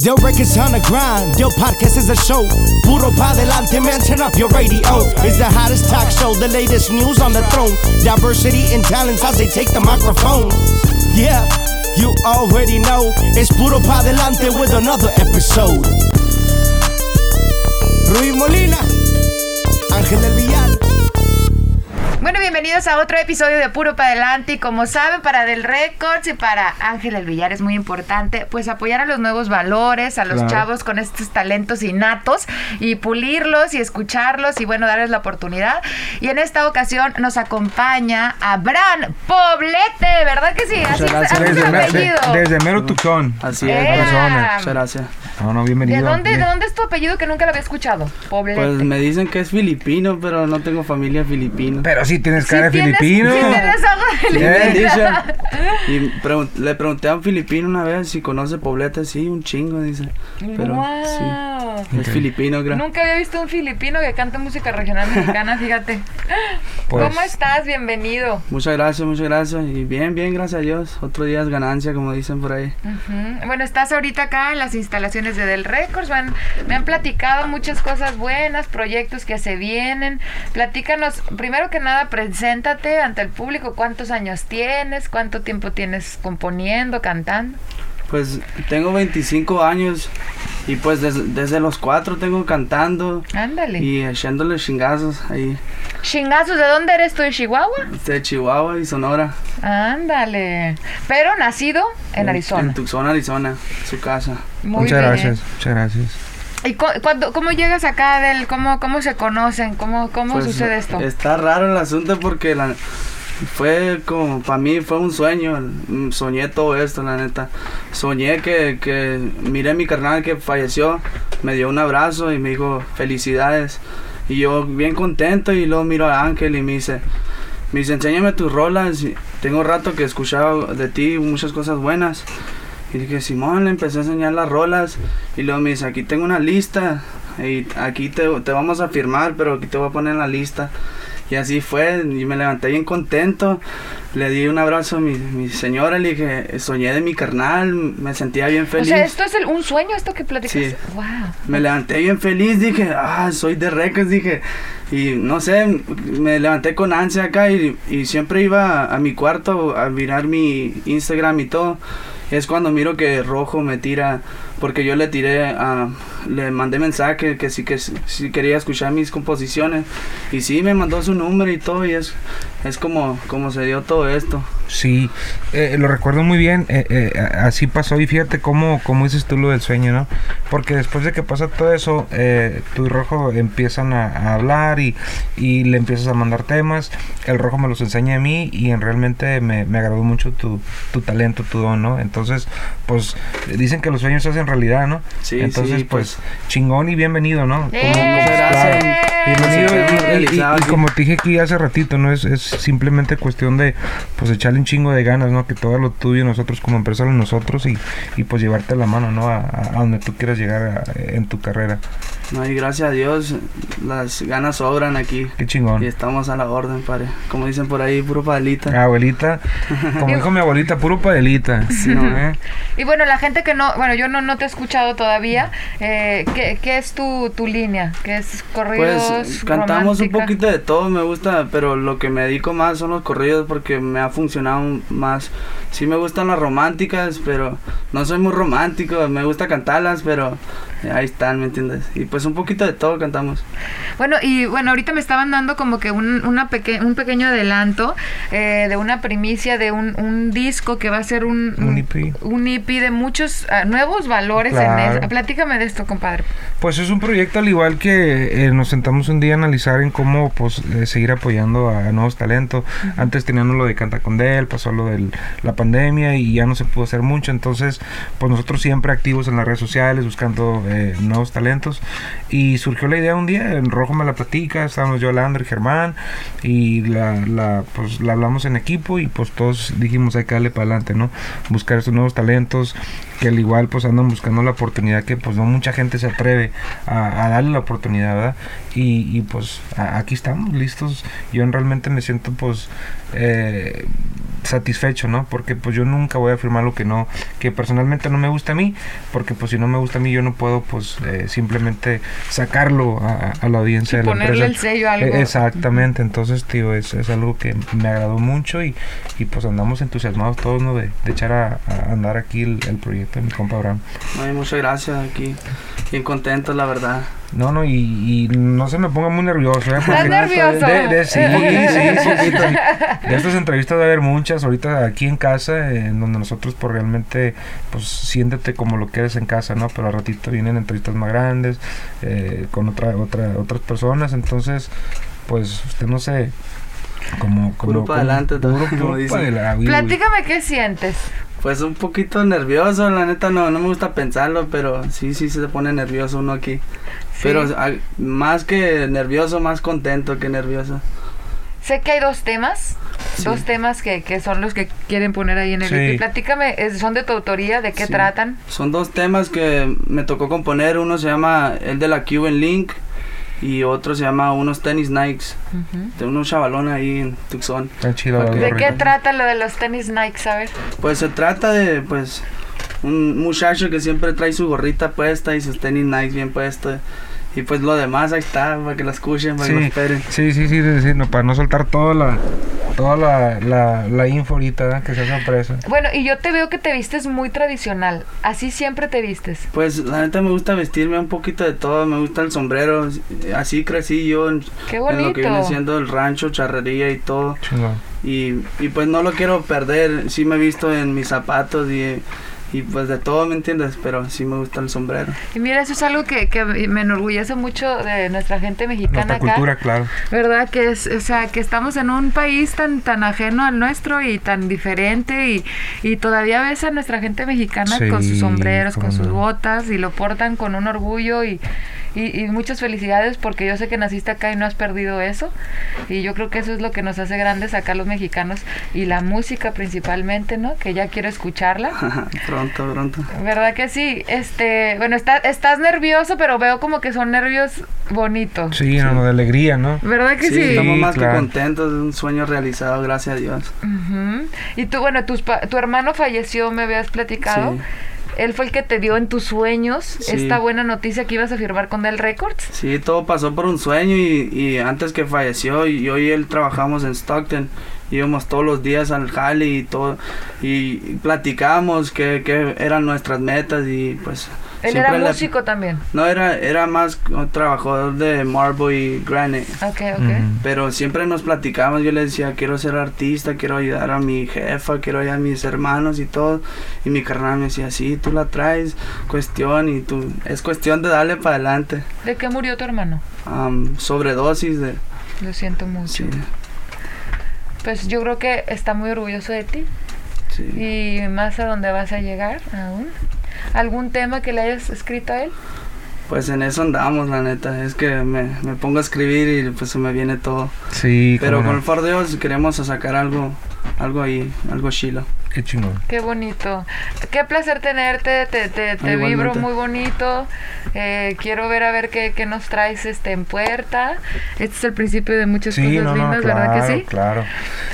Del records on the grind, Del podcast is a show. Puro pa delante, man, turn up your radio. It's the hottest talk show, the latest news on the throne. Diversity and talents as they take the microphone. Yeah, you already know. It's Puro pa delante with another episode. Ruiz Molina, Ángel El Villar. Bueno, bienvenidos a otro episodio de Puro para Adelante. Y como saben, para Del Records y para Ángel El Villar es muy importante, pues apoyar a los nuevos valores, a los Claro. chavos con estos talentos innatos y pulirlos y escucharlos y bueno, darles la oportunidad. Y en esta ocasión nos acompaña Abraham Poblete, ¿verdad que sí? Así es, gracias. así es Desde, el me- de- apellido. desde mero tucón. Así es, ¡Ea! persona. Muchas gracias. No, no, bienvenido. ¿De dónde, Bien. ¿De dónde es tu apellido que nunca lo había escuchado? Poblete. Pues me dicen que es filipino, pero no tengo familia filipina. Pero sí tienes Sí cara de tienes- filipino. sí tienes algo de Sí, filipino. me dicen. Y pregun- le pregunté a un filipino una vez si conoce Poblete, sí, un chingo, dice. Pero sí, Guau. es filipino, creo. Nunca había visto un filipino que cante música regional mexicana, fíjate. Pues- ¿Cómo estás? Bienvenido. Muchas gracias, muchas gracias. Y bien, bien, gracias a Dios. Otro día es ganancia, como dicen por ahí. Ujú. Mm, Bueno, estás ahorita acá en las instalaciones de Del Records. Me han, me han platicado muchas cosas buenas, proyectos que se vienen. Platícanos, primero que nada, preséntate ante el público. ¿Cuántos años tienes? ¿Cuánto tiempo tienes componiendo, cantando? Pues tengo 25 años y pues des- desde los cuatro tengo cantando Ándale. y echándole chingazos ahí Chingazos, ¿de dónde eres tú? ¿De Chihuahua? de Chihuahua y Sonora. Ándale. Pero nacido en Arizona. En Tucson, Arizona, su casa. Muy Muchas bien. gracias, muchas gracias. ¿Y cu- cuándo- cómo llegas acá del cómo cómo se conocen? ¿Cómo cómo Pues, sucede esto? Está raro el asunto porque la- fue como, para mí fue un sueño, mm, soñé todo esto, la neta. Soñé que, que miré a mi carnal que falleció, me dio un abrazo y me dijo, felicidades. Y yo bien contento y luego miro a Ángel y me dice, me dice, enséñame tus rolas, y tengo rato que escuchaba de ti muchas cosas buenas. Y dije, Simón, le empecé a enseñar las rolas. Y luego me dice, aquí tengo una lista. Y aquí te, te vamos a firmar, pero aquí te voy a poner en la lista. Y así fue, y me levanté bien contento. Le di un abrazo a mi, mi señora, le dije, soñé de mi carnal, me sentía bien o feliz. sea, esto es el- un sueño esto que platicas. Sí. Wow. Me levanté bien feliz, dije, ah, soy de Records, dije. Y no sé, me levanté con ansia acá y, y siempre iba a, a mi cuarto a mirar mi Instagram y todo. Es cuando miro que Rojo me tira, porque yo le tiré, a, le mandé mensaje que sí que sí quería escuchar mis composiciones. Y sí, me mandó su número y todo, y es, es como, como se dio todo esto. Sí, eh, lo recuerdo muy bien, eh, eh, a- así pasó y fíjate cómo, cómo dices tú lo del sueño, ¿no? Porque después de que pasa todo eso, eh, tú y Rojo empiezan a, a hablar y, y le empiezas a mandar temas, el Rojo me los enseña a mí y en- realmente me, me agradó mucho tu, tu talento, tu don, ¿no? Entonces, pues dicen que los sueños se hacen realidad, ¿no? Sí, Entonces, sí, pues, chingón y bienvenido, ¿no? Como- ¡Eh! claro, Bienvenido Sí, y- y, y- realizado, y sí. como te dije aquí hace ratito, no es, es simplemente cuestión de pues echarle un chingo de ganas, ¿no? Que todo lo tuyo nosotros como empresa lo nosotros y, y pues llevarte la mano, ¿no? A, a- a donde tú quieras llegar a- en tu carrera. No, y gracias a Dios, las ganas sobran aquí. Qué Y chingón. estamos a la orden, padre. Como dicen por ahí, puro palita. Abuelita, como dijo mi abuelita, puro padelita. ¿eh? Y bueno, la gente que no, bueno, yo no, no te he escuchado todavía. eh, ¿qué, qué es tu, tu línea? ¿Qué es corridos? Pues cantamos un romántica? poquito de todo, me gusta, pero lo que me dedico más son los corridos porque me ha funcionado un- más. Sí me gustan las románticas, pero no soy muy romántico, me gusta cantarlas, pero ahí están, ¿me entiendes? Y pues un poquito de todo cantamos. Bueno, y bueno, ahorita me estaban dando como que un, una peque- un pequeño adelanto eh, de una primicia de un, un disco que va a ser un, Un E EP. un EP de muchos ah, nuevos valores. En Claro. eso. Platícame de esto, compadre. Pues es un proyecto al igual que eh, nos sentamos un día a analizar en cómo pues eh, seguir apoyando a, nuevos talentos. Antes teníamos lo de Canta con Del, pasó lo de la pandemia y ya no se pudo hacer mucho. Entonces, pues nosotros siempre activos en las redes sociales buscando eh, nuevos talentos. Y surgió la idea un día, en Rojo me la platica, estábamos yo, Lander, Germán, y la, la, pues, la hablamos en equipo y pues todos dijimos hay que darle para adelante, ¿no? Buscar esos nuevos talentos que al igual pues andan buscando la oportunidad que pues no mucha gente se atreve a, a darle la oportunidad, ¿verdad? Y, y, pues a- aquí estamos listos. Yo realmente me siento pues eh, satisfecho, ¿no? Porque pues yo nunca voy a firmar lo que no, que personalmente no me gusta a mí, porque pues si no me gusta a mí yo no puedo pues eh, simplemente sacarlo a, a la audiencia Y de la ponerle empresa. el sello a algo. Eh, Exactamente, entonces tío, es, es algo que me agradó mucho y, y pues andamos entusiasmados todos, ¿no? De, de echar a, a andar aquí el, el proyecto de mi compa Abraham. Ay, muchas gracias aquí. Bien contento, la verdad. No, no, y, y no se me ponga muy nervioso, ¿eh? ¿Estás Porque- nervioso? De, de- sí, sí, sí, sí, sí. De estas entrevistas va a haber muchas ahorita aquí en casa, eh, en donde nosotros pues realmente, pues siéntete como lo que eres en casa, ¿no? Pero al ratito vienen entrevistas más grandes, eh, con otra, otra, otras personas, entonces, pues usted no sé, como... como Puro pa' adelante, como, como puro dicen. pa' adelante, güey. Platícame qué sientes. Pues un poquito nervioso, la neta no, no me gusta pensarlo, pero sí, sí se pone nervioso uno aquí. Sí. Pero ah, más que nervioso, más contento que nervioso. Sé que hay dos temas, Sí. dos temas que, que son los que quieren poner ahí en el Sí. EP. Platícame, es- ¿son de tu autoría? ¿De qué Sí. tratan? Son dos temas que me tocó componer, uno se llama el de la Cuban Link y otro se llama unos tenis Nikes, de unos chavalón ahí en Tucson. Está chido, ¿De la ¿De gorrita. qué trata lo de los tenis Nike, a ver? Pues se trata de, pues, un muchacho que siempre trae su gorrita puesta y sus tenis Nikes bien puestos. Y pues lo demás ahí está, para que lo escuchen, para que lo Sí, esperen. sí, sí, sí, sí, sí, no, para no soltar toda la, toda la, la, la info ahorita, ¿verdad? que sea sorpresa. Bueno, y yo te veo que te vistes muy tradicional. Así siempre te vistes. Pues la neta me gusta vestirme un poquito de todo, me gusta el sombrero, así crecí yo en, ¡Qué en lo que viene bonito! siendo el rancho, charrería y todo. Chingón. Y, y pues no lo quiero perder, sí me he visto en mis zapatos y, y pues de todo, ¿me entiendes? Pero sí me gusta el sombrero. Y mira, eso es algo que, que me enorgullece mucho de nuestra gente mexicana Nuestra acá. cultura, claro. ¿Verdad? Que es, o sea, que estamos en un país tan, tan ajeno al nuestro y tan diferente y, y todavía ves a nuestra gente mexicana Sí, con sus sombreros, cómo con sus no. botas y lo portan con un orgullo y, y, y muchas felicidades porque yo sé que naciste acá y no has perdido eso y yo creo que eso es lo que nos hace grandes acá los mexicanos y la música principalmente, ¿no? Que ya quiero escucharla. pronto, pronto. ¿Verdad que sí? Este, bueno, está, estás nervioso, pero veo como que son nervios bonitos. Sí, No, no, de alegría, ¿no? ¿Verdad que Sí, estamos más claro. que contentos, es un sueño realizado, gracias a Dios. Ujú. Y tú, bueno, tus pa- tu hermano falleció, me habías platicado. Sí. Él fue el que te dio en tus sueños Sí. esta buena noticia que ibas a firmar con Del Records. Sí, todo pasó por un sueño y, y antes que falleció y yo y él trabajamos en Stockton. Íbamos todos los días al jale y todo y platicábamos qué qué eran nuestras metas y pues Él siempre era le- músico también. No era era más un trabajador de marble y granite. Ok, ok. Mm. Pero siempre nos platicamos, yo le decía, quiero ser artista, quiero ayudar a mi jefa, quiero ayudar a mis hermanos y todo. Y mi carnal me decía, sí, tú la traes, cuestión, y tú, es cuestión de darle para adelante. ¿De qué murió tu hermano? Am, sobredosis de... Lo siento mucho. Sí, Pues yo creo que está muy orgulloso de ti sí. y más a dónde vas a llegar aún. ¿Algún tema que le hayas escrito a él? Pues en eso andamos, la neta. Es que me, me pongo a escribir y pues se me viene todo. Sí, Pero cómo con no. el favor de Dios queremos sacar algo, algo ahí, algo chilo. Qué chingón. Qué bonito. Qué placer tenerte. Te, te, te Igualmente. vibro muy bonito. Eh, quiero ver a ver qué, qué nos traes este en puerta. Este es el principio de muchas Sí, cosas no, no, lindas, claro, ¿verdad que sí? claro.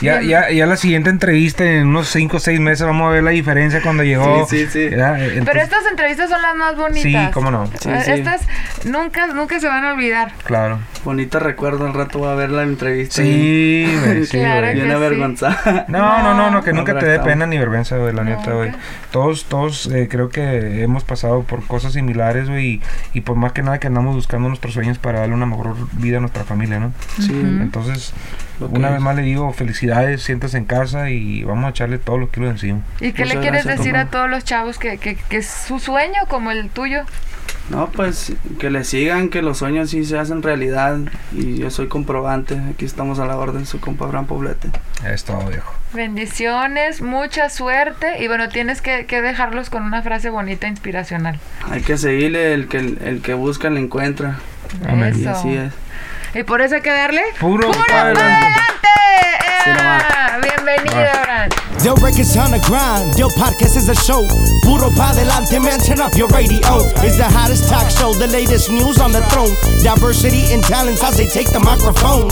Ya, Bien. ya, ya la siguiente entrevista en unos 5 o 6 meses vamos a ver la diferencia cuando llegó. Sí, sí, sí. ¿verdad? Pero Entonces, estas entrevistas son las más bonitas. Sí, cómo no. Sí, Eh, sí. Estas nunca, nunca se van a olvidar. Claro. Bonito recuerdo, al rato va a ver la entrevista. Sí, güey, sí, Claro güey. Bien que sí. avergonzada. No, no, no, no, que No, nunca pero te dé estamos. pena ni vergüenza, güey, la neta, güey. Nunca. Todos, todos eh, creo que hemos pasado por cosas similares, güey, y, y por más que nada que andamos buscando nuestros sueños para darle una mejor vida a nuestra familia, ¿no? Sí. Entonces, Lo que una es. vez más le digo, felicidades, siéntase en casa y vamos a echarle todos los kilos encima. ¿Y qué le Muchas quieres gracias, decir a compa. todos los chavos que, que, que es su sueño como el tuyo? No, pues que le sigan, que los sueños sí se hacen realidad. Y yo soy comprobante. Aquí estamos a la orden, su compa Abraham Poblete. Es todo, viejo. Bendiciones, mucha suerte y bueno, tienes que, que dejarlos con una frase bonita, inspiracional. Hay que seguirle, el que, el que busca le encuentra. Amén. Y Eso. así es. Y por eso hay que darle Puro ¡Puro pa' pa' adelante. adelante! Sí, nomás. ¡Ea! Bienvenido, Abraham. Del records on the grind. Del podcast is a show. Puro pa delante, man. Turn up your radio. It's the hottest talk show. The latest news on the throne. Diversity and talents as they take the microphone.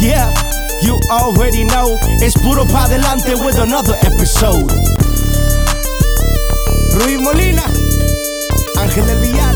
Yeah. You already know it's Puro Pa Delante with another episode. Ruiz Molina, Ángel del Villar.